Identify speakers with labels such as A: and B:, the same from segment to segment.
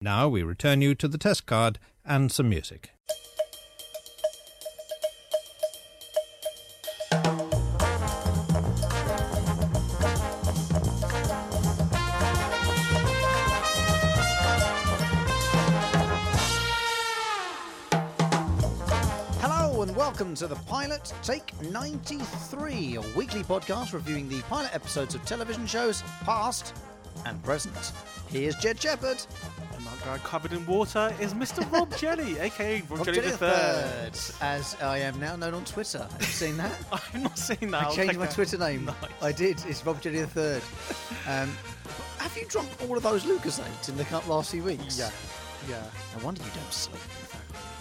A: Now we return you to the test card and some music.
B: Hello and welcome to The Pilot Take 93, a weekly podcast reviewing the pilot episodes of television shows past and present. Here's Jed Shepard.
C: And that guy Oh covered in water is Mr. Rob Jelly, aka Rob,
B: Rob
C: Jelly,
B: Jelly
C: the Third.
B: III, As I am now known on Twitter. Have you seen that?
C: I've not seen that.
B: I
C: I'll
B: changed
C: check
B: my
C: that.
B: Twitter name.
C: Oh, Nice.
B: I did. It's Rob Jelly the Third. Um, have you drunk all of those Lucasades in the cu- last few weeks?
C: Yeah, yeah.
B: No wonder you don't sleep.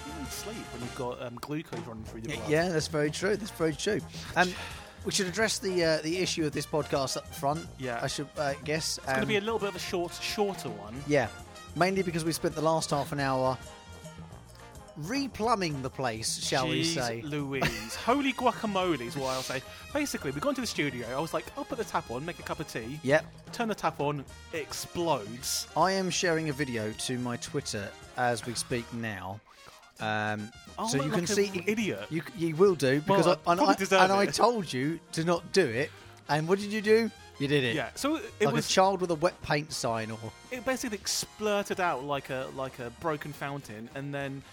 C: You don't sleep when you've got um, glucose running through your blood.
B: Yeah, that's very true. That's very true. Um, we should address the uh, the issue of this podcast up front.
C: Yeah.
B: I should uh, guess.
C: It's going to be a little bit of a short, shorter one.
B: Yeah, mainly because we spent the last half an hour replumbing the place, shall we
C: Jeez
B: say?
C: Louise. Holy guacamole is what I'll say. Basically, we got into the studio. I was like, I'll put the tap on, make a cup of tea.
B: Yep.
C: Turn the tap on, it explodes.
B: I am sharing a video to my Twitter as we speak now. Um,
C: I
B: so
C: Oh, look
B: you can
C: like a
B: see,
C: idiot.
B: You, you will do because
C: Well,
B: I,
C: I
B: and,
C: probably
B: I,
C: deserve
B: and I
C: it.
B: told you to not do it. And what did you do? You did it.
C: Yeah, so it
B: like
C: was
B: a child with a wet paint sign, or
C: it basically splurted out like a like a broken fountain, and then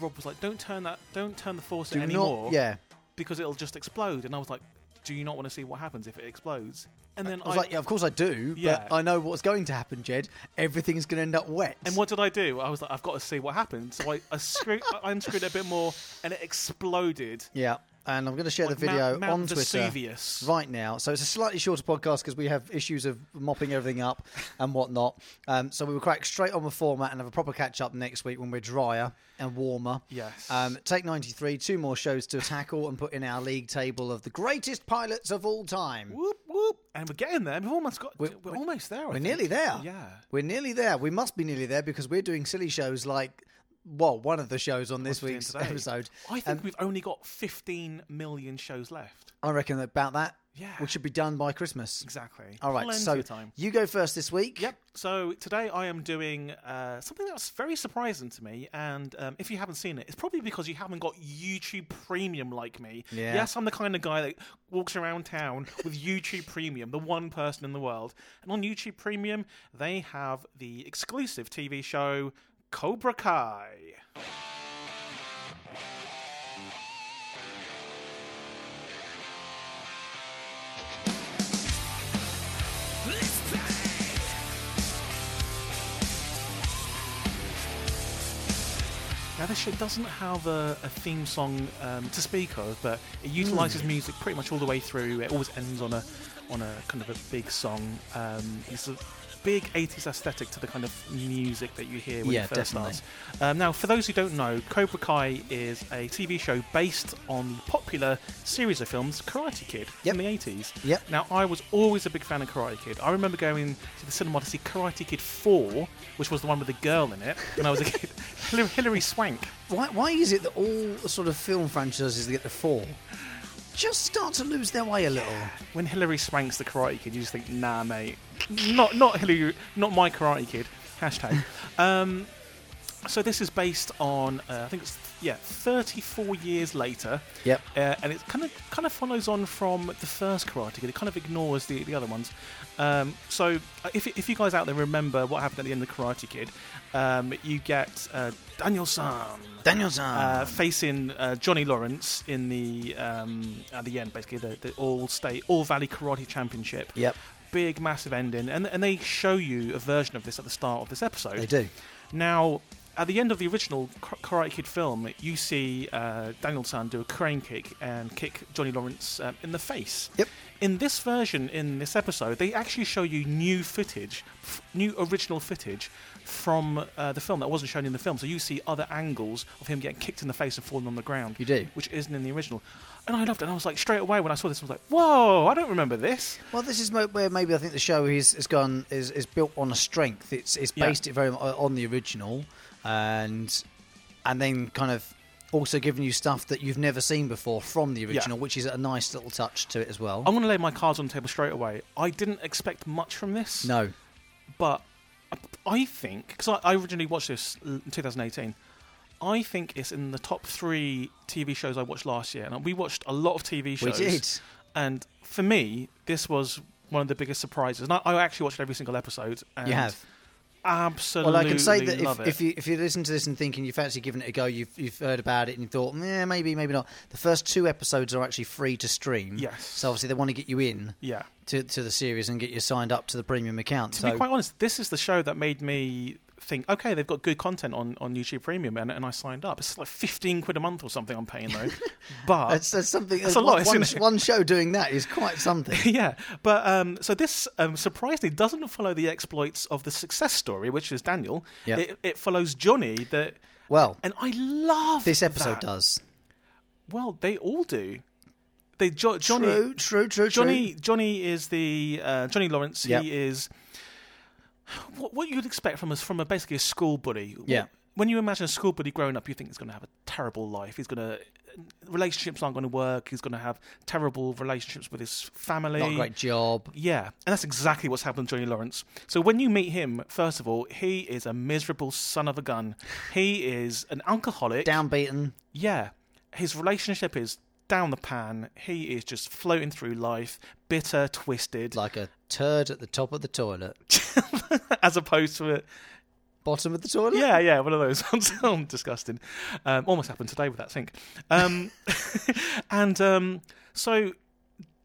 C: Rob was like, "Don't turn that, don't turn the faucet
B: do
C: anymore,
B: not. Yeah.
C: because it'll just explode." And I was like, "Do you not want to see what happens if it explodes?" And then
B: I was like, yeah, of course I do,
C: Yeah.
B: but I know what's going to happen, Jed. Everything's going to end up wet.
C: and what did I do? I was like, "I've got to see what happens." So I, I, screw, I unscrewed it a bit more, and it exploded.
B: Yeah, and I'm going to share
C: Like
B: the video
C: Mount, Mount
B: on Twitter.
C: Vesuvius.
B: right now. So it's a slightly shorter podcast because we have issues of mopping everything up and whatnot. Um, so we will crack straight on the format and have a proper catch up next week when we're drier and warmer.
C: Yes.
B: Um, take 93, two more shows to tackle and put in our league table of the greatest pilots of all time.
C: Whoop whoop! And we're getting there. We've almost got. We're,
B: we're-
C: almost there. I
B: We're
C: think.
B: nearly there.
C: Yeah.
B: We're nearly there. We must be nearly there because we're doing silly shows like, well, one of the shows on this
C: We're doing
B: week's
C: today.
B: episode.
C: I think we've only got 15 million shows left.
B: I reckon about that.
C: Yeah.
B: We should be done by Christmas.
C: Exactly.
B: All right,
C: Plenty
B: so
C: of time.
B: you go first this week.
C: Yep. So today I am doing uh, something that's very surprising to me, and um, if you haven't seen it, it's probably because you haven't got YouTube Premium like me.
B: Yeah.
C: Yes, I'm the kind of guy that walks around town with YouTube Premium, the one person in the world. And on YouTube Premium, they have the exclusive TV show Cobra Kai. Now, this show doesn't have a, a theme song um, to speak of, but it utilises
B: Hmm.
C: music pretty much all the way through. It always ends on a on a kind of a big song. Um, it's a big 80s aesthetic to the kind of music that you hear when
B: Yeah,
C: it first
B: definitely.
C: starts. Um, now, for those who don't know, Cobra Kai is a TV show based on the popular series of films Karate Kid
B: Yep.
C: in the 80s.
B: Yep.
C: Now, I was always a big fan of Karate Kid. I remember going to the cinema to see Karate Kid 4, which was the one with the girl in it when I was a kid. Hillary, Hillary Swank.
B: Why, why is it that all the sort of film franchises that get to four just start to lose their way a little?
C: When Hillary Swank's the Karate Kid, you just think, nah, mate, not not Hillary, not my Karate Kid. Hashtag. um, so this is based on, uh, I think it's yeah, 34 years later.
B: Yep.
C: Uh, and it kind of kind of follows on from the first Karate Kid. It kind of ignores the, the other ones. Um, so uh, if, if you guys out there remember what happened at the end of Karate Kid, um, you get uh, Daniel San
B: Daniel's arm.
C: uh, facing uh, Johnny Lawrence in the um, at the end, basically the, the all state all valley karate championship.
B: Yep.
C: Big massive ending, and and they show you a version of this at the start of this episode.
B: They do.
C: Now, at the end of the original Kar- Karate Kid film, you see uh, Daniel San do a crane kick and kick Johnny Lawrence um, in the face.
B: Yep.
C: In this version, in this episode, they actually show you new footage, f- new original footage from uh, the film that wasn't shown in the film. So you see other angles of him getting kicked in the face and falling on the ground.
B: You do.
C: Which isn't in the original. And I loved it. And I was like, straight away when I saw this, I was like, whoa, I don't remember this.
B: Well, this is mo- where maybe I think the show is, is gone is, is built on a strength. It's it's
C: Yeah.
B: based it very mu- on the original, and and then kind of also giving you stuff that you've never seen before from the original, which is a nice little touch to it as well.
C: I'm going to lay my cards on the table straight away. I didn't expect much from this.
B: no,
C: but I think because I, I originally watched this in 2018. I think it's in the top three TV shows I watched last year, and we watched a lot of TV
B: We
C: shows.
B: did.
C: And for me, this was one of the biggest surprises. And I, I actually watched every single episode. And
B: You have.
C: absolutely.
B: Well, I can say that
C: love
B: if,
C: it.
B: if you if you listen to this and thinking you fancy giving it a go, you've you've heard about it and you thought, yeah, maybe, maybe not. The first two episodes are actually free to stream.
C: Yes.
B: So obviously they want to get you in
C: yeah.
B: to, to the series and get you signed up to the premium account.
C: To
B: so
C: be quite honest, this is the show that made me think. Okay, they've got good content on, on YouTube Premium, and, and I signed up. It's like fifteen quid a month or something I'm paying though. but
B: that's, that's something.
C: Uh, That's a
B: one,
C: lot, isn't
B: one,
C: it?
B: one show doing that is quite something.
C: yeah, but um, so this um, surprisingly doesn't follow the exploits of the success story, which is Daniel.
B: Yeah.
C: It, it follows Johnny. That
B: Well,
C: and I love
B: this episode
C: that.
B: does.
C: Well, they all do. They jo- Johnny
B: true, true, true,
C: Johnny Johnny is the uh, Johnny Lawrence.
B: Yep.
C: He is what, what you'd expect from us from a basically a school buddy.
B: Yeah.
C: When you imagine a school buddy growing up, you think he's going to have a terrible life. He's going to relationships aren't going to work. He's going to have terrible relationships with his family.
B: true. Not a great job.
C: Yeah, and that's exactly what's happened to Johnny Lawrence. So when you meet him, first of all, he is a miserable son of a gun. He is an alcoholic.
B: Downbeaten.
C: Yeah, his relationship is down the pan. He is just floating through life, bitter, twisted,
B: like a turd at the top of the toilet.
C: as opposed to a
B: Bottom of the toilet?
C: yeah, yeah, one of those. I'm disgusting. Um, almost happened today with that sink. Um, and um, so.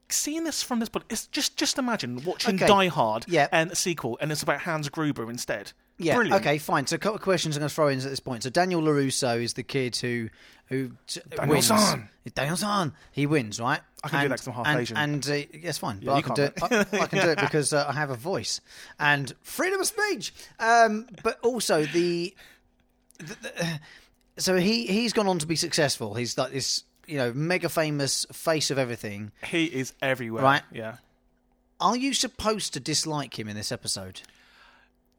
C: Seeing this from this point, it's just just imagine watching
B: Okay.
C: Die Hard
B: Yeah.
C: and a sequel, and it's about Hans Gruber instead.
B: Yeah.
C: Brilliant.
B: Okay, fine. So a couple of questions I'm going to throw in at this point. So Daniel LaRusso is the kid who who t-
C: Daniel
B: wins.
C: San.
B: Daniel San. He wins, right? I
C: can do that 'cause I'm half
B: and,
C: Asian.
B: And uh, yes, fine. but
C: you
B: I can do
C: can't,
B: it. I, I can do it because uh, I have a voice and freedom of speech. Um, but also the uh, so he he's gone on to be successful. He's like this, you know, mega famous face of everything.
C: He is everywhere.
B: Right.
C: Yeah.
B: Are you supposed to dislike him in this episode?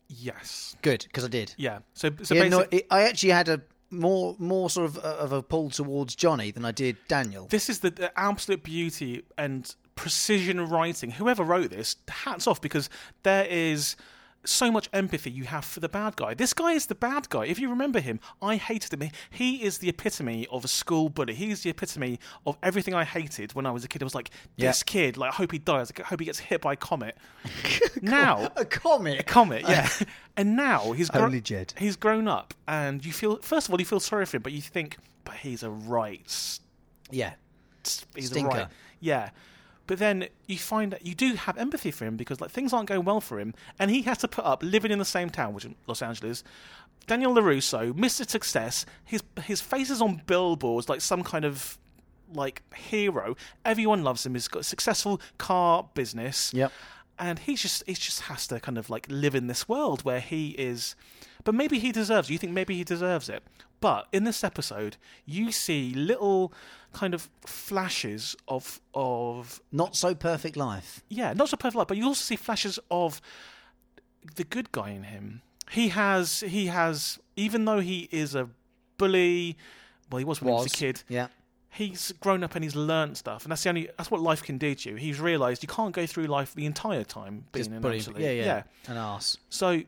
C: Yes.
B: Good, because I did.
C: Yeah. So so
B: Yeah,
C: basically,
B: no, it, I actually had a more more sort of uh, of a pull towards Johnny than I did Daniel.
C: this is the, the absolute beauty and precision writing. Whoever wrote this, hats off because there is so much empathy you have for the bad guy. This guy is the bad guy. If you remember him, I hated him. He is the epitome of a school bully. He is the epitome of everything I hated when I was a kid. I was like, this kid, like I hope he dies. I hope he gets hit by a comet. now
B: a comic.
C: comet, yeah. and now he's gro-
B: Only Jed.
C: He's grown up, and you feel first of all you feel sorry for him, but you think, but he's a right, s-
B: yeah,
C: s- he's
B: Stinker.
C: a right, yeah. But then you find that you do have empathy for him because like things aren't going well for him, and he has to put up living in the same town, which is Los Angeles. Daniel Larusso, Mr. Success, his his face is on billboards like some kind of like hero. Everyone loves him. He's got a successful car business
B: Yep.
C: and he's just he just has to kind of like live in this world where he is but maybe he deserves you think maybe he deserves it but in this episode you see little kind of flashes of of
B: not so perfect life.
C: yeah not so perfect life but you also see flashes of the good guy in him he has he has even though he is a bully well he was when he was a kid
B: Yeah,
C: he's grown up and he's learned stuff, and that's the only that's what life can do to you. He's realised you can't go through life the entire time being
B: Just
C: an
B: bullying.
C: absolute
B: Yeah, yeah, an ass.
C: So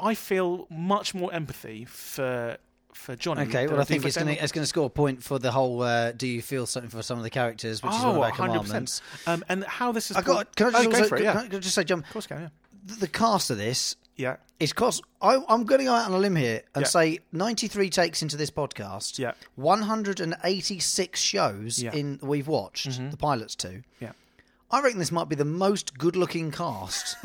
C: I feel much more empathy for for Johnny.
B: Okay,
C: than
B: well, I
C: do
B: think
C: for
B: it's going
C: Daniel.
B: to it's going to score a point for the whole. Uh, do you feel something for some of the characters, which is one
C: Oh,
B: of our
C: 100%.
B: commandments.
C: Um, and how this is
B: I got. Can I
C: oh,
B: just
C: go
B: also,
C: for it, yeah.
B: can I- can I just say, John,
C: Of course, can,
B: the, the cast of this
C: yeah.
B: is cause I, I'm going to go out on a limb here and
C: Yeah.
B: say 93 takes into this podcast.
C: Yeah.
B: 186 shows
C: Yeah. Mm-hmm.
B: in we've watched the pilots too.
C: Yeah, yeah.
B: I reckon this might be the most good-looking cast.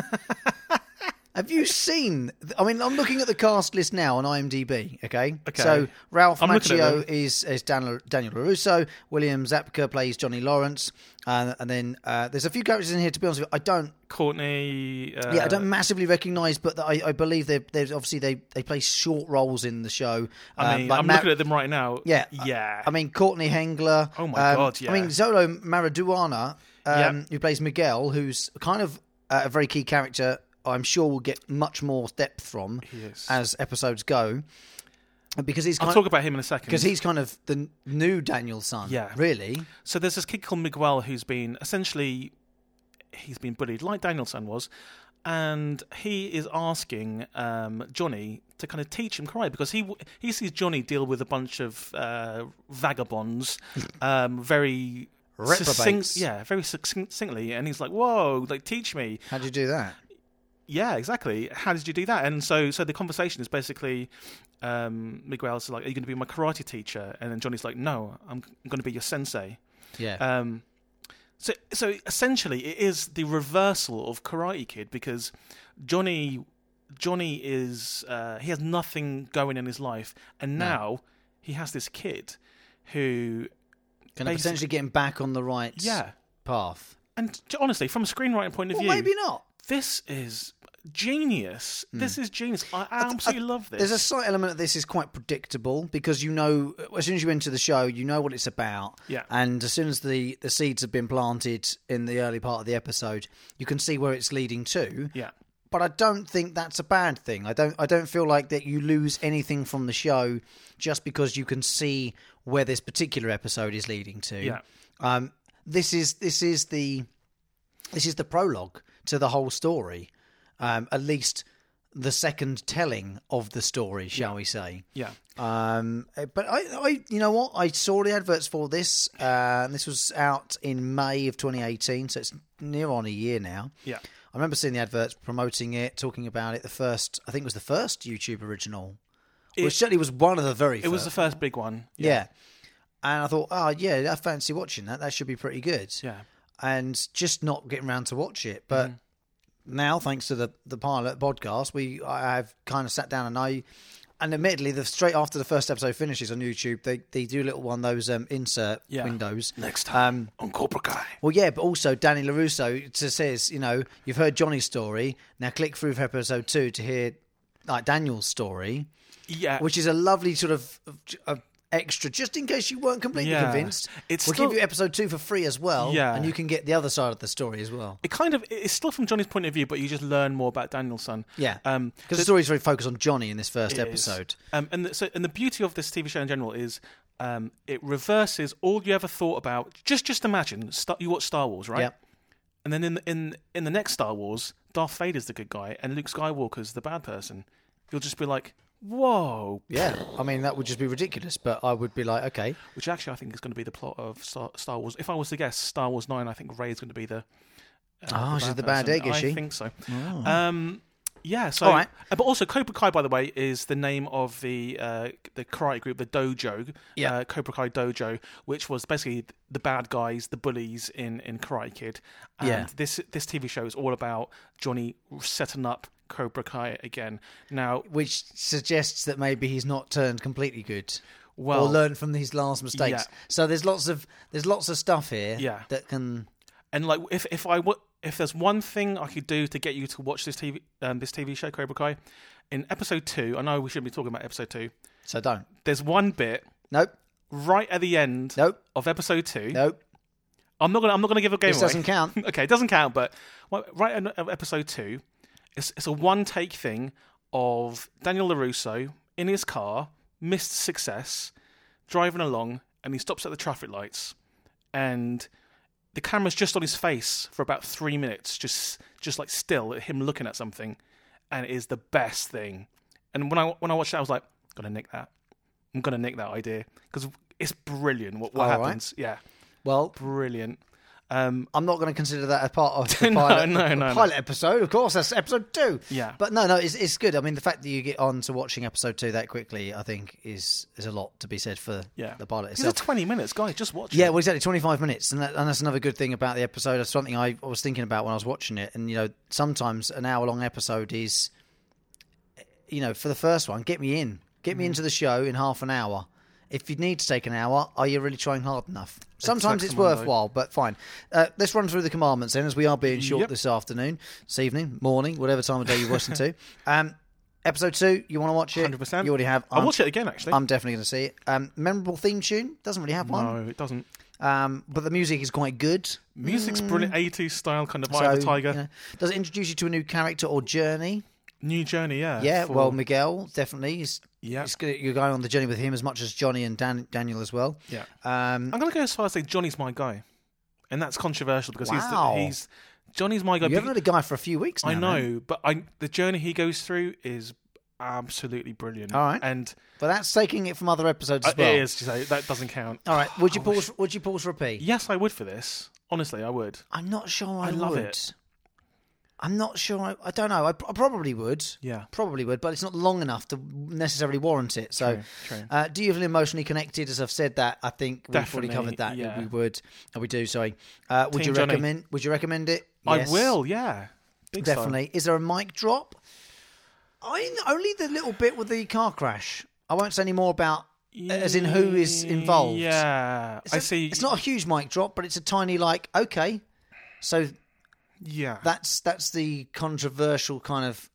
B: Have you seen? I mean, I'm looking at the cast list now on IMDb. Okay,
C: Okay.
B: so Ralph
C: I'm looking at
B: Macchio is is Daniel, Daniel Larusso. William Zapka plays Johnny Lawrence, uh, and then uh, there's a few characters in here. To be honest with you, I don't
C: Courtney. Uh,
B: yeah, I don't massively recognise, but I, I believe they they obviously they, they play short roles in the show.
C: I
B: Um,
C: mean,
B: like
C: I'm
B: Ma-
C: looking at them right now.
B: yeah,
C: yeah.
B: I, mean Courtney Hengler. um,
C: Oh my God, yeah.
B: I mean Zolo Maraduana, um,
C: Yeah.
B: who plays Miguel, who's kind of uh, a very key character. I'm sure we'll get much more depth from
C: is.
B: as episodes go, because he's
C: I'll
B: kind
C: talk about him in a second.
B: because he's kind of the n- new Daniel son.
C: Yeah.
B: really.
C: So there's this kid called Miguel who's been essentially he's been bullied like Danielson was, and he is asking um, Johnny to kind of teach him karate because he w- he sees Johnny deal with a bunch of uh, vagabonds, um, very
B: Reprobates.
C: succinct, yeah, very succinctly, and he's like, "Whoa, like teach me."
B: How do you do that?
C: Yeah, exactly. How did you do that? And so, so the conversation is basically um, Miguel's like, "Are you going to be my karate teacher?" And then Johnny's like, "No, I'm going to be your sensei."
B: Yeah.
C: Um, so, so essentially, it is the reversal of Karate Kid because Johnny, Johnny is uh, he has nothing going in his life, and
B: No.
C: now he has this kid who,
B: Can I
C: basic-
B: potentially get him back on the right
C: yeah,
B: path?
C: and t- honestly, from a screenwriting point of
B: Well,
C: view,
B: maybe not. Hmm.
C: this is genius. This is genius. I absolutely love this.
B: There's a slight element of this is quite predictable because you know as soon as you enter the show, you know what it's about.
C: Yeah.
B: And as soon as the the seeds have been planted in the early part of the episode, you can see where it's leading to.
C: yeah,
B: But I don't think that's a bad thing. I don't I don't feel like that you lose anything from the show just because you can see where this particular episode is leading to.
C: Yeah.
B: Um this is this is the this is the prologue to the whole story. Um at least the second telling of the story, shall we say.
C: yeah.
B: Um, but I, I, you know what? I saw the adverts for this, uh, and this was out in May of 2018, so it's near on a year now.
C: Yeah.
B: I remember seeing the adverts promoting it, talking about it. The first, I think, it was the first YouTube original,
C: It-
B: which certainly was one of the very.
C: It was
B: first.
C: the first big one.
B: yeah. And I thought, oh yeah, I fancy watching that. That should be pretty good.
C: yeah.
B: And just not getting around to watch it, but.
C: Mm.
B: Now, thanks to the, the pilot podcast, we I have kind of sat down and I, and admittedly, the straight after the first episode finishes on YouTube, they, they do a little one those um, insert
C: Yeah.
B: windows. Um,
C: Next time on Cobra Kai.
B: Well, yeah, but also Danny LaRusso t- says, you know, you've heard Johnny's story. Now click through for episode two to hear like Daniel's story,
C: Yeah.
B: which is a lovely sort of, of extra, just in case you weren't completely
C: Yeah.
B: convinced.
C: It's
B: we'll
C: still-
B: give you episode two for free as well,
C: Yeah.
B: and you can get the other side of the story as well.
C: it kind of it's still from Johnny's point of view, but you just learn more about Daniel's son.
B: Yeah, because
C: Um,
B: the story's very focused on Johnny in this first
C: it is.
B: episode.
C: Um, and the, so and the beauty of this TV show in general is um, it reverses all you ever thought about. Just just imagine Star, you watch Star Wars, right?
B: Yep.
C: And then in in in the next Star Wars, Darth Vader's the good guy and Luke Skywalker's the bad person. You'll just be like, whoa.
B: Yeah, I mean that would just be ridiculous, but I would be like, okay,
C: Which actually I think is going to be the plot of Star, Star Wars. If I was to guess, Star Wars Nine, I think Ray's going to be the
B: oh, she's the bad
C: person.
B: egg, is
C: I
B: she? Oh.
C: think so. Um, yeah. So,
B: All right.
C: Uh, but also Cobra Kai, by the way, is the name of the uh, the karate group, the dojo,
B: Yeah.
C: uh, Cobra Kai Dojo, which was basically the bad guys, the bullies in in Karate Kid. And
B: Yeah.
C: This this TV show is all about Johnny setting up Cobra Kai again. Now,
B: Which suggests that maybe he's not turned completely good.
C: well,
B: or learn from his last mistakes.
C: Yeah.
B: So there's lots of there's lots of stuff here
C: Yeah.
B: that can
C: And like, if if I w- if there's one thing I could do to get you to watch this TV um, this TV show Cobra Kai, in episode two, I know we shouldn't be talking about episode two.
B: so don't.
C: There's one bit
B: Nope.
C: right at the end
B: Nope.
C: of episode two.
B: Nope.
C: I'm not gonna I'm not gonna give a game
B: This
C: away.
B: doesn't count.
C: okay, it doesn't count. But well, right at at episode two, it's it's a one take thing of Daniel Larusso in his car, missed success, driving along, and he stops at the traffic lights, and the camera's just on his face for about three minutes, just just like still at him looking at something, and it is the best thing. And when I when I watched that, I was like, gonna nick that. I'm gonna nick that idea because it's brilliant. What what
B: All right.
C: happens? Yeah,
B: Well,
C: brilliant. Um,
B: I'm not going to consider that a part of the
C: No,
B: pilot,
C: no, no, no.
B: pilot episode. Of course, that's episode two.
C: Yeah.
B: But no, no, it's, it's good. I mean, the fact that you get on to watching episode two that quickly, I think, is is a lot to be said for
C: yeah,
B: the pilot
C: These are
B: itself.
C: twenty minutes, guys. Just watch.
B: Yeah,
C: it.
B: well, exactly. Twenty-five minutes, and, that, and that's another good thing about the episode. That's something I was thinking about when I was watching it. And you know, sometimes an hour-long episode is, you know, for the first one, get me in, get
C: Mm-hmm.
B: me into the show in half an hour. If you need to take an hour, are you really trying hard enough? Sometimes it's
C: someone, though.
B: worthwhile, but fine. Uh, let's run through the commandments then, as we are being short
C: Yep.
B: this afternoon, this evening, morning, whatever time of day you're watching to. Um, episode two, you want to watch it?
C: 100%.
B: You already have.
C: I
B: I'm-
C: watch it again actually.
B: I'm definitely going to see it. Um, memorable theme tune doesn't really have one.
C: no, it doesn't.
B: Um, but the music is quite good.
C: Music's brilliant. 80s style kind of eye of the
B: Mm. So,
C: tiger.
B: you know, does it introduce you to a new character or journey?
C: New journey, yeah.
B: yeah,
C: Uh, for-
B: well, Miguel definitely. He's,
C: Yeah.
B: he's good- you're going on the journey with him as much as Johnny and Dan, Daniel as well.
C: yeah. Uh,
B: Um,
C: I'm gonna go as far as say Johnny's my guy, and that's controversial because he's the,
B: Wow.
C: he's Johnny's my guy.
B: You
C: because-
B: haven't had a guy for a few weeks now. eh?
C: I know,
B: man.
C: but I the journey he goes through is absolutely brilliant.
B: All right.
C: and
B: But that's taking it from other episodes
C: uh,
B: as well.
C: it is just, that doesn't count.
B: All right. Would you pause? Would you pause for a pee?
C: Yes, I would for this. Honestly, I would.
B: I'm not sure I,
C: I love
B: would.
C: it.
B: I'm not sure. I, I don't know. I, pr- I probably would.
C: Yeah.
B: Probably would, but it's not long enough to necessarily warrant it. So,
C: True, true.
B: Uh, do you feel emotionally connected? As I've said that, I think we've
C: Definitely,
B: already covered that.
C: yeah.
B: We would. Oh, we do. Sorry. Uh, would
C: Team
B: you
C: Johnny.
B: recommend? Would you recommend it? Yes,
C: I will. Yeah, Big time.
B: Definitely. Is there a mic drop? I only the little bit with the car crash. I won't say any more about. As in, who is involved?
C: Yeah,
B: It's
C: I
B: a-
C: see.
B: It's not a huge mic drop, but it's a tiny like. Okay, so
C: Yeah,
B: that's that's the controversial kind of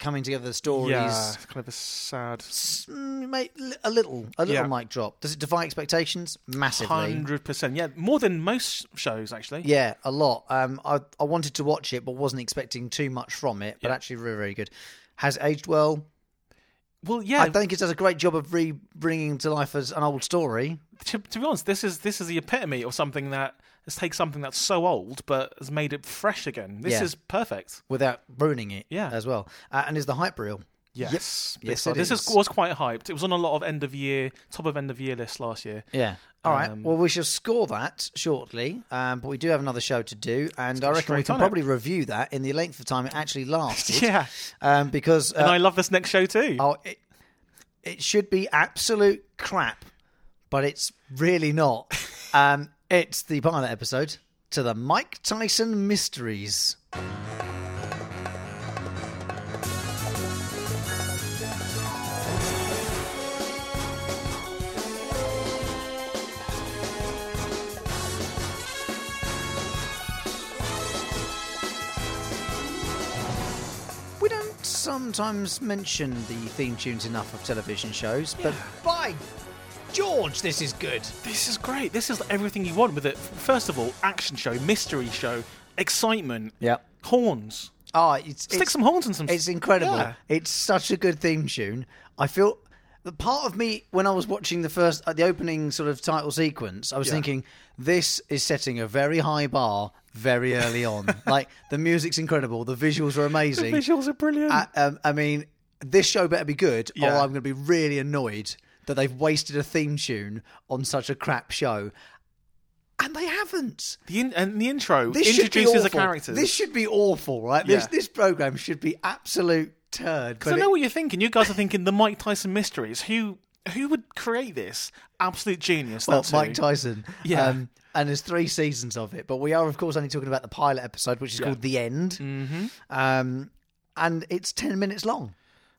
B: coming together of the stories.
C: yeah, it's kind of a sad.
B: S- mm, mate, li- a little, a little
C: Yeah.
B: mic drop. Does it defy expectations? Massively.
C: Hundred percent. Yeah, more than most shows actually.
B: Yeah, a lot. Um, I I wanted to watch it, but wasn't expecting too much from it. But actually, very very good. Has aged well.
C: Well, yeah.
B: I think it does a great job of re bringing to life as an old story.
C: to, to be honest, this is this is the epitome of something that has taken something that's so old but has made it fresh again. This
B: Yeah.
C: is perfect.
B: Without ruining it,
C: Yeah.
B: as well, uh, and is the hype real?
C: Yes, big
B: Yes,
C: time.
B: it
C: this
B: is.
C: was quite hyped. It was on a lot of end of year, top of end of year lists last year.
B: Yeah. All right.
C: Um,
B: well, we shall score that shortly, um, but we do have another show to do, and I reckon we
C: straight
B: can
C: on it.
B: probably review that in the length of time it actually lasted.
C: Yeah,
B: Um, because
C: and
B: uh,
C: I love this next show too.
B: oh, it, it should be absolute crap, but it's really not. um, it's the pilot episode to the Mike Tyson Mysteries. We don't sometimes mention the theme tunes enough of television shows, but by George, this is good.
C: This is great. This is everything you want with it. First of all, action show, mystery show, excitement.
B: Yeah.
C: Horns.
B: Oh, it's,
C: Stick
B: it's,
C: some horns in some.
B: it's incredible.
C: Yeah.
B: It's such a good theme tune. I feel the part of me when I was watching the first, uh, the opening sort of title sequence, I was
C: Yeah.
B: thinking this is setting a very high bar very early on. like the music's incredible, the visuals are amazing.
C: Visuals are brilliant.
B: I, um, I mean, this show better be good, or
C: Yeah.
B: I'm going to be really annoyed that they've wasted a theme tune on such a crap show. And they haven't.
C: the in- and the intro
B: This should be
C: introduces
B: awful.
C: the characters.
B: This should be awful, right? This
C: Yeah.
B: this program should be absolute turd.
C: So
B: But
C: I
B: it-
C: know what you're thinking. You guys are thinking the Mike Tyson mysteries. Who who would create this? Absolute genius.
B: well,
C: that too.
B: Mike Tyson. um,
C: Yeah.
B: and there's three seasons of it, but we are, of course, only talking about the pilot episode, which is
C: Yeah. Mm-hmm.
B: called "The End," um, and it's ten minutes long.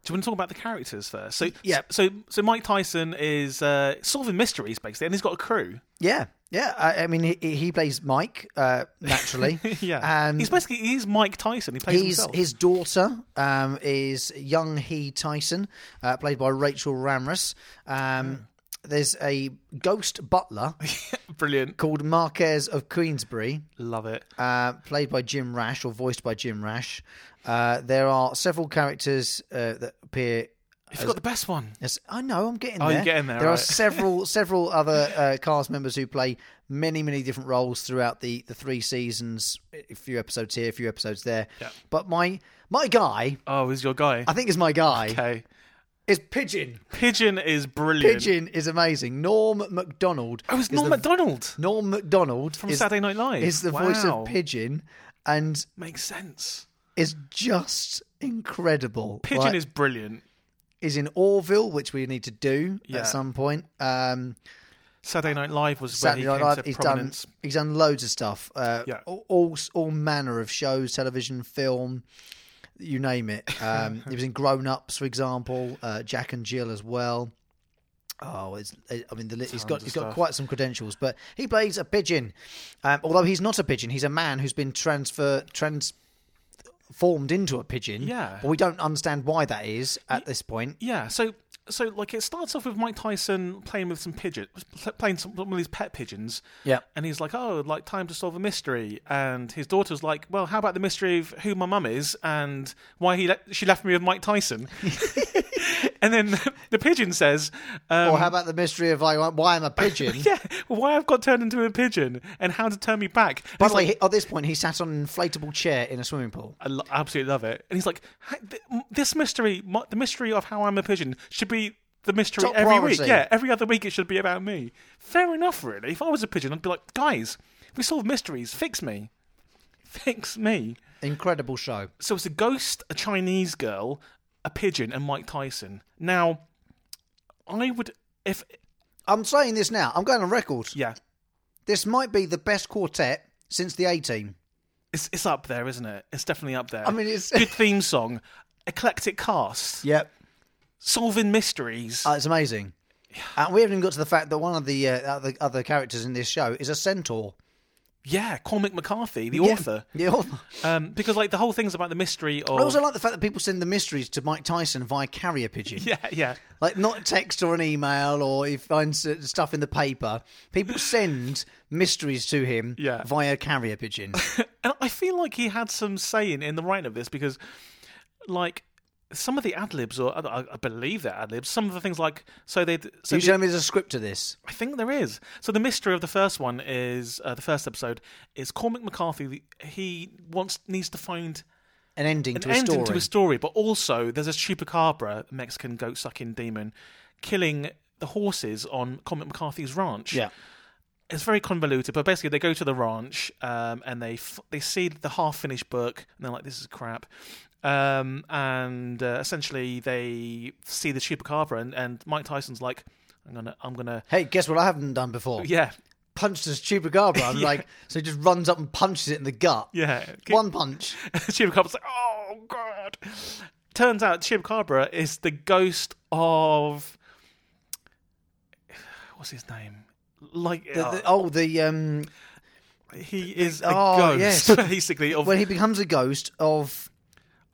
C: Do you want to talk about the characters first? So
B: Yeah.
C: So so Mike Tyson is uh, solving mysteries basically, and he's got a crew.
B: Yeah, yeah. I, I mean, he, he plays Mike uh, naturally.
C: Yeah.
B: and
C: he's basically he's Mike Tyson. He plays
B: He's,
C: himself.
B: his daughter um, is young He Tyson, uh, played by Rachel Ramras.
C: Mm.
B: Um, There's a ghost butler
C: Brilliant.
B: called Marquez of Queensbury,
C: Love it.
B: uh, played by Jim Rash or voiced by Jim Rash. Uh, there are several characters uh, that appear.
C: He's got the best one.
B: As, I know, I'm getting
C: Oh,
B: there.
C: you're getting there,
B: There are
C: right.
B: several several other uh, cast members who play many many different roles throughout the the three seasons. A few episodes here, a few episodes there.
C: Yeah.
B: But my my guy.
C: Oh, he's your guy.
B: I think is my guy.
C: Okay.
B: Is Pigeon.
C: Pigeon is brilliant.
B: Pigeon is amazing. Norm MacDonald.
C: Oh, it's
B: is
C: Norm
B: the-
C: Macdonald
B: Norm MacDonald
C: from
B: is,
C: Saturday Night Live.
B: is the voice
C: Wow.
B: of Pigeon, and
C: Makes sense.
B: is just incredible.
C: Pigeon
B: Like,
C: is brilliant.
B: is in Orville, which we need to do
C: Yeah.
B: at some point. Um,
C: Saturday Night Live was
B: Saturday
C: where
B: Night
C: he
B: Live.
C: came
B: He's
C: to prominence.
B: done. He's done loads of stuff. Uh,
C: Yeah.
B: all- All all manner of shows, television, film, you name it. Um, he was in Grown Ups, for example. Uh, Jack and Jill as well. Oh, it's, I mean, the, li- he's got
C: of
B: he's got
C: stuff.
B: quite some credentials, but he plays a pigeon. Um, although he's not a pigeon, he's a man who's been transfer transformed into a pigeon.
C: Yeah.
B: but we don't understand why that is at this point.
C: Yeah, so so like it starts off with Mike Tyson playing with some pigeons, playing some, some of these pet pigeons.
B: Yeah.
C: and he's like, "Oh, like time to solve a mystery." And his daughter's like, "Well, how about the mystery of who my mum is and why he le- she left me with Mike Tyson?" and then the pigeon says, um,
B: or how about the mystery of like why I'm a pigeon?
C: "Yeah, why I've got turned into a pigeon and how to turn me back." And
B: By
C: he's
B: the way, he- at this point, he sat on an inflatable chair in a swimming pool.
C: I lo- I absolutely love it. And he's like, "Hi- th- m- this mystery, mo- the mystery of how I'm a pigeon, should be the mystery
B: Top
C: every
B: priority.
C: week. Yeah, every other week it should be about me. Fair enough, really. If I was a pigeon, I'd be like, guys, we solve mysteries. Fix me. Fix me.
B: Incredible show.
C: So it's a ghost, a Chinese girl, a pigeon, and Mike Tyson. Now, I would, if,
B: I'm saying this now. I'm going on record.
C: yeah,
B: This might be the best quartet since the A Team.
C: it's, it's up there, isn't it? It's definitely up there.
B: I mean, it's
C: good theme song, eclectic cast,
B: yep,
C: solving mysteries.
B: uh, it's amazing. And we haven't even got to the fact that one of the uh, other, other characters in this show is a centaur.
C: yeah, Cormac McCarthy, the
B: Yeah.
C: author. Oh.
B: Yeah, author.
C: Um, because like the whole thing's about the mystery of
B: I also like the fact that people send the mysteries to Mike Tyson via carrier pigeon.
C: yeah, yeah,
B: Like not text or an email or he finds uh, stuff in the paper. People send mysteries to him
C: Yeah.
B: via carrier pigeon.
C: and I feel like he had some saying in the writing of this because, like, some of the ad libs or I, I believe they're ad libs. Some of the things like so they so
B: you
C: the-
B: show me there's a script to this.
C: I think there is. So the mystery of the first one is uh, the first episode is Cormac McCarthy. He wants needs to find
B: An ending
C: an
B: to a
C: ending
B: story.
C: to a story, but also there's a chupacabra, a Mexican goat sucking demon, killing the horses on Cormac McCarthy's ranch.
B: yeah.
C: it's very convoluted, but basically they go to the ranch um, and they f- they see the half finished book and they're like, "This is crap." Um, and uh, essentially, they see the chupacabra, and, and Mike Tyson's like, "I'm gonna, I'm gonna,
B: Hey, guess what I haven't done before?
C: yeah,
B: Punched his chupacabra. I'm like, so he just runs up and punches it in the gut.
C: yeah."
B: One punch.
C: chupacabra's like, "Oh god!" Turns out chupacabra is the ghost of what's his name? Like uh,
B: The- the- oh, the um,
C: he is a
B: oh,
C: ghost,
B: yes.
C: basically. Of
B: when he becomes a ghost of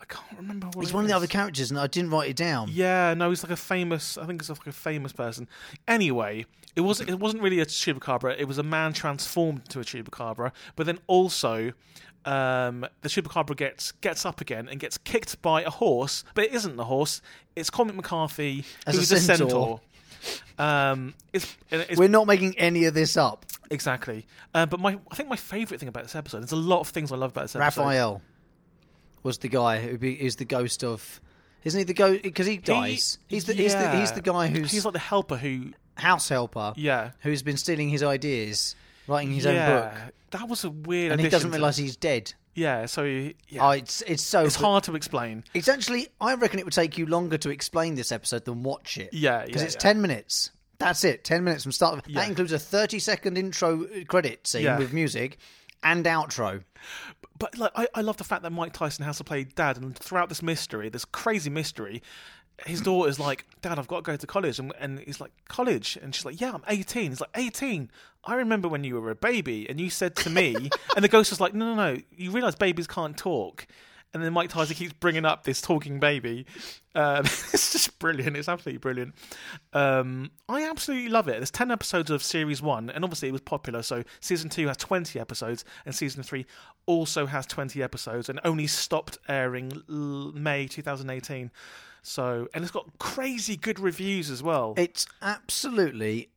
C: I can't remember what
B: he's
C: it
B: one of the
C: is.
B: other characters, and I didn't write it down.
C: Yeah, no, he's like a famous. I think he's like a famous person. Anyway, it was it wasn't really a chupacabra. It was a man transformed to a chupacabra. But then also, um, the chupacabra gets gets up again and gets kicked by a horse. But it isn't the horse. It's Cormac McCarthy,
B: As a
C: who's a
B: centaur.
C: centaur. Um, it's, it's
B: We're not making any of this up.
C: exactly. Uh, but my I think my favorite thing about this episode. There's a lot of things I love about this episode.
B: Raphael was the guy who be, is the ghost of. Isn't he the ghost? Because he dies. he's, the, he's the
C: yeah.
B: he's the guy who's
C: he's like the helper who
B: house helper
C: yeah
B: who's been stealing his ideas, writing his own book,
C: yeah. That was a weird.
B: and he doesn't
C: addition to-
B: realise he's dead.
C: Yeah, so he- yeah,
B: Oh, it's it's so
C: it's hard to explain.
B: It's actually, I reckon it would take you longer to explain this episode than watch it.
C: Yeah,
B: Because
C: yeah,
B: it's
C: yeah.
B: 10 minutes. That's it. 10 minutes from start.
C: Yeah.
B: That includes a 30 second intro uh, credit scene
C: Yeah.
B: with music and outro.
C: But like, I, I love the fact that Mike Tyson has to play dad, and throughout this mystery, this crazy mystery, his daughter's like, "Dad, I've got to go to college," and, and he's like, "College?" And she's like, "Yeah, I'm 18." He's like, "18? I remember when you were a baby, and you said to me," and the ghost was like, "No, no, no, you realise babies can't talk." And then Mike Tyson keeps bringing up this talking baby. Um, it's just brilliant. It's absolutely brilliant. Um, I absolutely love it. There's 10 episodes of series one, and obviously it was popular. So season two has 20 episodes, and season three also has 20 episodes, and only stopped airing l- May 2018. So, and it's got crazy good reviews as well.
B: It's absolutely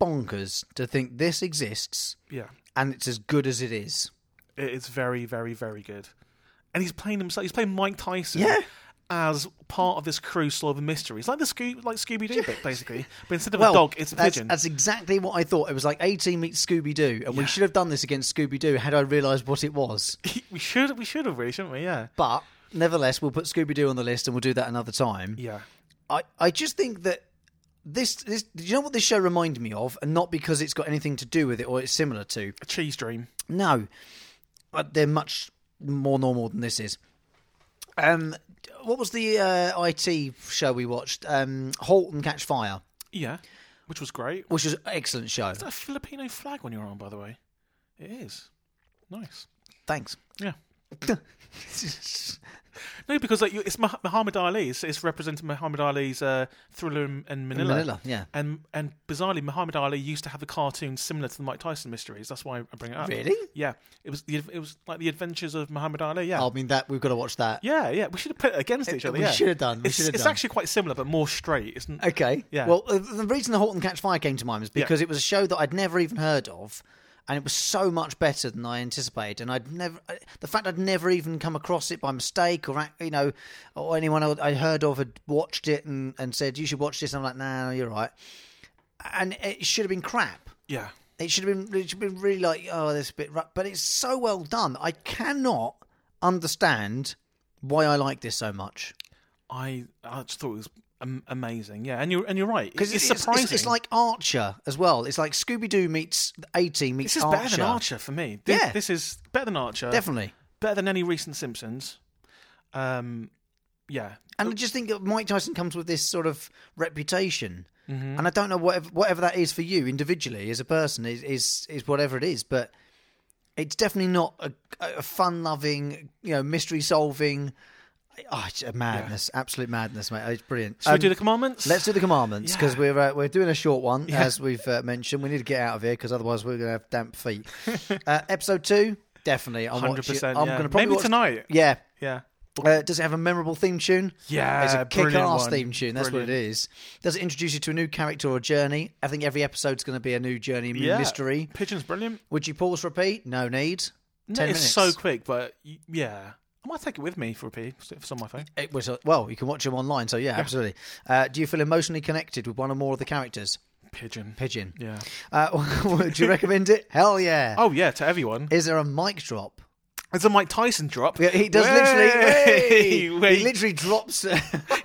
B: bonkers to think this exists
C: yeah,
B: and it's as good as it is.
C: It- it's very, very, very good. And he's playing himself. He's playing Mike Tyson.
B: Yeah.
C: As part of this crew solving mysteries, like the Scoo- like Scooby Doo book, basically. But instead of
B: Well,
C: a dog, it's a
B: that's,
C: pigeon.
B: That's exactly what I thought. It was like 18 meets Scooby Doo, and we should have done this against Scooby Doo had I realised what it was.
C: we should we should have really, shouldn't we? Yeah.
B: But nevertheless, we'll put Scooby Doo on the list and we'll do that another time.
C: Yeah.
B: I, I just think that this this do you know what this show reminded me of, and not because it's got anything to do with it or it's similar to.
C: A cheese dream.
B: No, but they're much more normal than this is. Um, what was the uh, IT show we watched? Um, Halt and Catch Fire,
C: Yeah. Which was great.
B: which was an excellent show.
C: Is that a Filipino flag on your arm, by the way? It is. Nice.
B: Thanks.
C: Yeah. No, because like, you- it's Mah- Muhammad Ali. It's, it's representing Muhammad Ali's uh, Thriller in, in Manila.
B: Manila, yeah.
C: And and bizarrely, Muhammad Ali used to have a cartoon similar to the Mike Tyson mysteries. That's why I bring it up.
B: Really?
C: Yeah. It was the it was like the Adventures of Muhammad Ali. Yeah.
B: I mean, that we've got to watch that.
C: Yeah, yeah. We should have put it against each other.
B: Oh. we
C: yeah.
B: should have done, we
C: it's
B: should have
C: it's
B: done.
C: actually quite similar, but more straight, isn't?
B: Okay.
C: Yeah.
B: Well, uh, the reason the Halt and Catch Fire came to mind was because it was a show that I'd never even heard of, and it was so much better than I anticipated. And I'd never, I- the fact I'd never even come across it by mistake, or ac- you know, or anyone I'd I'd heard of had watched it and, and said you should watch this. And I'm like, nah, no, you're right. And it should have been crap.
C: yeah.
B: It should have been. It should have been really like, oh, this is a bit. Rough. But it's so well done. I cannot understand why I like this so much.
C: I I just thought it was am- amazing. Yeah, and you're and you're right.
B: Because
C: It's, it's surprising.
B: It's, like Archer as well. It's like Scooby Doo meets eighteen meets
C: this is
B: Archer.
C: better than Archer for me. Thi-
B: Yeah.
C: This is better than Archer.
B: Definitely.
C: Better than any recent Simpsons. Um. Yeah.
B: And I just think that Mike Tyson comes with this sort of reputation,
C: Mm-hmm.
B: and I don't know whatever whatever that is for you individually as a person is is, is whatever it is, but it's definitely not a, a fun loving, you know, mystery solving. Oh, it's a madness, absolute madness, mate. It's brilliant.
C: Should
B: Um,
C: we do the commandments?
B: Let's do the commandments because
C: Yeah.
B: we're uh, we're doing a short one as we've uh, mentioned. We need to get out of here because otherwise we're going to have damp feet. uh, episode two, definitely. I'm watching-
C: 100%,
B: I'm
C: yeah.
B: going to probably
C: Maybe
B: watch-
C: tonight.
B: Yeah.
C: Yeah.
B: Uh, does it have a memorable theme tune?
C: Yeah,
B: it's a
C: brilliant
B: kick-ass
C: one.
B: theme tune. That's what it is. Does it introduce you to a new character or journey? I think every episode's going to be a new journey, a new
C: Yeah.
B: mystery.
C: Pigeon's brilliant.
B: Would you pause, repeat? No need.
C: No,
B: Ten
C: it's
B: minutes.
C: so quick, but y- yeah. I might take it with me for a pee. if It's on my phone.
B: It was uh, well, you can watch them online. So yeah, absolutely. Uh, do you feel emotionally connected with one or more of the characters?
C: Pigeon.
B: Pigeon.
C: Yeah.
B: Uh, would you recommend it? Hell yeah.
C: Oh yeah, to everyone.
B: Is there a mic drop?
C: It's a Mike Tyson drop.
B: Yeah, he does
C: Way!
B: literally.
C: Way!
B: He literally drops a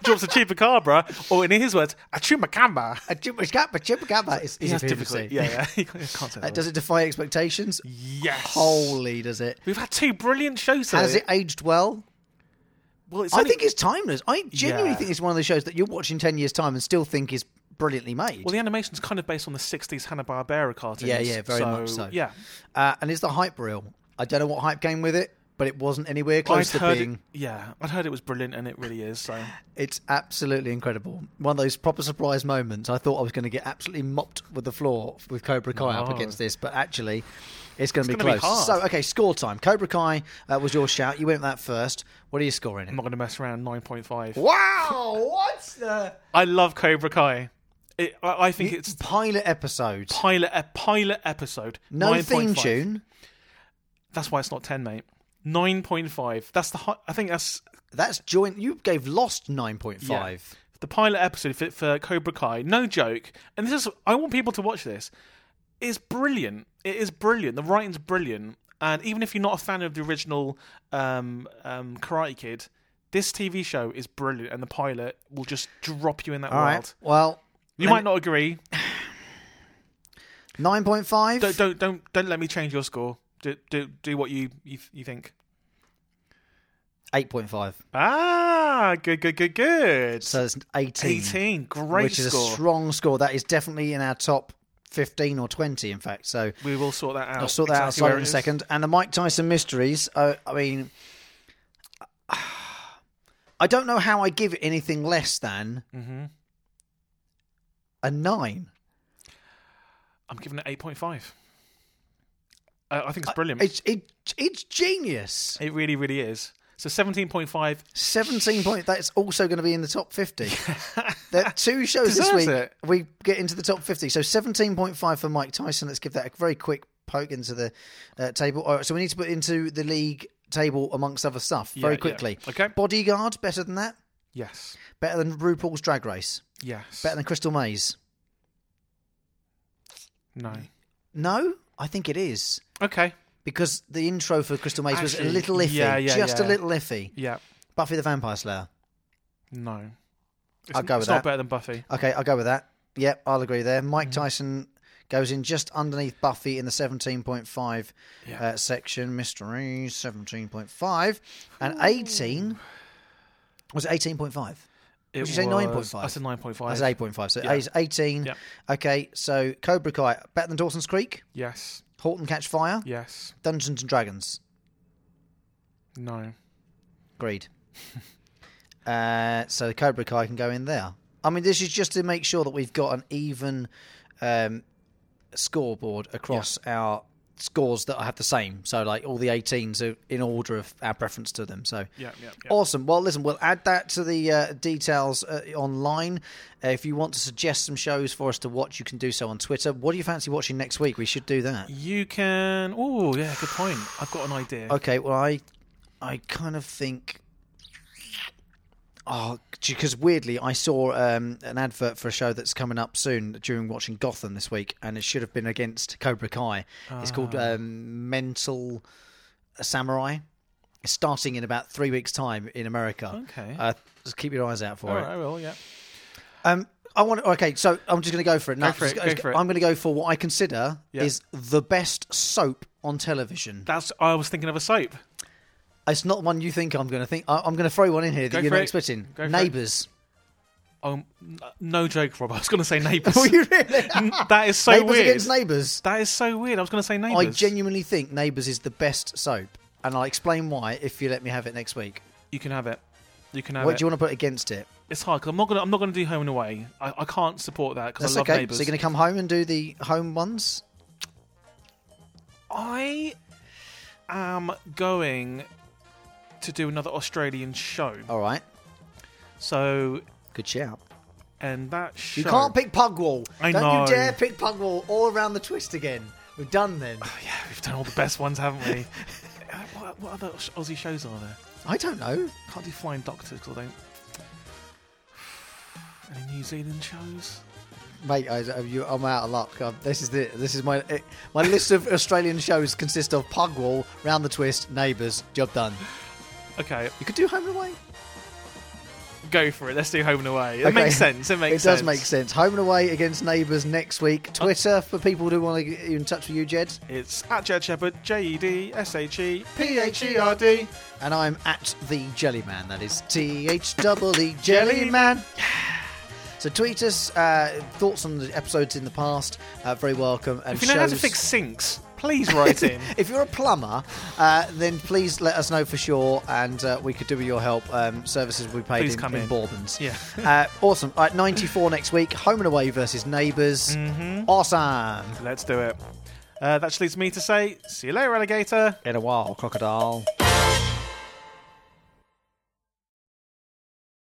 C: drops a chupacabra, or in his words, a chupacamba.
B: chupacabra. Chupacabra is, is
C: That's
B: a
C: difficult.
B: difficult.
C: Yeah, yeah. You can't say that.
B: Does it defy expectations?
C: yes.
B: Holy, does it?
C: We've had two brilliant shows.
B: Has
C: today.
B: it aged well?
C: Well, it's
B: I
C: only-
B: think it's timeless. I genuinely
C: Yeah.
B: think it's one of the shows that you'll watch in ten years' time and still think is brilliantly made.
C: Well, the animation's kind of based on the '60s Hanna Barbera cartoons.
B: Yeah, yeah, very much so.
C: Yeah,
B: uh, and is the hype real? I don't know what hype came with it, but it wasn't anywhere
C: I'd
B: close to
C: heard.
B: being.
C: It, yeah, I'd heard it was brilliant, and it really is. So
B: It's absolutely incredible. One of those proper surprise moments. I thought I was going to get absolutely mopped with the floor with Cobra Kai up
C: No.
B: against this, but actually, it's going to be
C: gonna be
B: close.
C: hard.
B: so, okay, score time. Cobra Kai uh, was your shout. You went with that first. What are you scoring?
C: I'm
B: It?
C: not going to mess around. Nine point five.
B: Wow! What's the
C: I love Cobra Kai. It, I, I think it's
B: pilot episode?
C: pilot a pilot episode.
B: No
C: 9.5.
B: theme tune.
C: That's why it's not ten, mate. Nine point five. That's the. hi- I think that's
B: That's joint. You gave Lost nine point five.
C: the pilot episode for, for Cobra Kai. No joke. And this is I want people to watch this. It's brilliant. It is brilliant. The writing's brilliant. And even if you're not a fan of the original um, um, Karate Kid, this TV show is brilliant, and the pilot will just drop you in that
B: All
C: world.
B: right. Well,
C: You might not agree.
B: nine point five.
C: Don't don't don't don't let me change your score. Do do do what you you, you think.
B: Eight point five.
C: Ah, good good good good.
B: So it's eighteen.
C: Eighteen, great
B: which is
C: score.
B: a strong score. That is definitely in our top 15 or 20, in fact. So
C: we will sort that out.
B: I'll sort that
C: exactly
B: out
C: where
B: in
C: it
B: a
C: is.
B: second. And the Mike Tyson mysteries, uh, I mean, I don't know how I give it anything less than
C: Mm-hmm.
B: a nine.
C: I'm giving it 8.5. I, I think it's brilliant.
B: It's, it, it's genius.
C: it really, really is. So 17.5.
B: 17 point. That's also going to be in the top 50. there are two shows this
C: Deserves
B: week.
C: it.
B: We get into the top 50. So 17.5 for Mike Tyson. Let's give that a very quick poke into the uh, table. All right, so we need to put into the league table amongst other stuff very
C: yeah.
B: quickly.
C: Okay.
B: Bodyguard, better than that.
C: Yes.
B: Better than RuPaul's Drag Race.
C: Yes.
B: Better than Crystal Maze.
C: no.
B: No, I think it is.
C: Okay.
B: Because the intro for Crystal Maze was a
C: Actually,
B: little iffy.
C: yeah, yeah,
B: just a
C: yeah.
B: little iffy.
C: Yeah.
B: Buffy the Vampire Slayer.
C: No. It's,
B: I'll go
C: it's
B: with
C: not
B: that.
C: better than Buffy.
B: Okay, I'll go with that. Yep, I'll agree there. Mike
C: Mm-hmm.
B: Tyson goes in just underneath Buffy in the 17.5 uh, section. E, Mystery 17.5. And 18 was it 18.5?
C: It
B: you say 9.5?
C: I said 9.5.
B: That's 8.5. So it's 18.
C: Yeah.
B: Okay, so Cobra Kai, better than Dawson's Creek,
C: Yes.
B: Horton Catch Fire,
C: Yes.
B: Dungeons and Dragons.
C: No.
B: Agreed. uh, so the Cobra Kai can go in there. I mean, this is just to make sure that we've got an even um, scoreboard across our scores that have the same. So, like, all the 18s are in order of our preference to them. So,
C: Yeah, yeah, yeah.
B: Awesome. Well, listen, we'll add that to the uh, details uh, online. Uh, if you want to suggest some shows for us to watch, you can do so on Twitter. What do you fancy watching next week? We should do that.
C: You can. Oh, yeah, good point. I've got an idea.
B: Okay. Well, I, I kind of think. Oh, because weirdly, I saw um, an advert for a show that's coming up soon during watching Gotham this week, and it should have been against Cobra Kai. It's called
C: Ah.
B: um, Mental Samurai. It's starting in about three weeks' time in America.
C: Okay.
B: Uh, just keep your eyes out for
C: All
B: it.
C: right, I will, yeah.
B: Um, I want. Okay, so I'm just going to go for it. No,
C: for it,
B: just-
C: go for it.
B: I'm going to go for what I consider
C: Yeah.
B: is the best soap on television.
C: That's. I was thinking of a soap.
B: It's not one you think I'm going to think. I, I'm going to throw one in here that
C: Go
B: you're
C: for
B: not
C: it.
B: expecting.
C: Go for it.
B: Neighbours.
C: Um, n- no joke, Rob. I was going to say neighbours.
B: Were Oh, you really?
C: that is so
B: neighbours
C: weird.
B: against neighbours.
C: That is so weird. I was going to say neighbours.
B: I genuinely think Neighbours is the best soap, and I'll explain why if you let me have it next week.
C: you can have it. You can have
B: what
C: it.
B: do you want to put against it?
C: It's hard because I'm not going. to I'm not going to do home and away. I, I can't support that because
B: That's
C: I love
B: okay.
C: neighbours.
B: So you're going to come home and do the home ones.
C: I am going to do another Australian show.
B: All right.
C: So,
B: Good shout.
C: and that show.
B: You can't pick Pugwall.
C: I
B: Don't
C: know.
B: you dare pick Pugwall all around the twist again. We're done then.
C: Yeah, we've done all the best ones, haven't we? Uh, what, what other Aus- Aussie shows are there?
B: I don't know.
C: Can't do Flying Doctors because I don't. Any New Zealand shows?
B: Mate, I, I- you, I'm out of luck. Um, this is the this is my it, my list of Australian shows consist of Pugwall, Round the Twist, Neighbours. Job done.
C: Okay,
B: You could do Home and Away.
C: go for it. Let's do Home and Away. It
B: Okay.
C: makes sense. It makes
B: it
C: sense. Oh.
B: does make sense. Home and Away against Neighbours next week. Twitter for people who want to get in touch with you, Jed.
C: It's at Jed Shepherd, J E D S H E P H E R D.
B: And I'm at the Jellyman. That is T H double E Jellyman. So tweet us uh, thoughts on the episodes in the past. Uh, very welcome. And
C: If you know how to
B: shows-
C: fix sinks, please write in.
B: If you're a plumber, uh, then please let us know for sure, and uh, we could do with your help. Um, services will be paid
C: Please
B: in,
C: come
B: in
C: in.
B: Bourbons.
C: Yeah.
B: uh, awesome. All right, 94 next week. Home and away versus neighbors
C: Mm-hmm.
B: Awesome.
C: Let's do it. Uh, that just leaves me to say, see you later, alligator.
B: In a while, crocodile.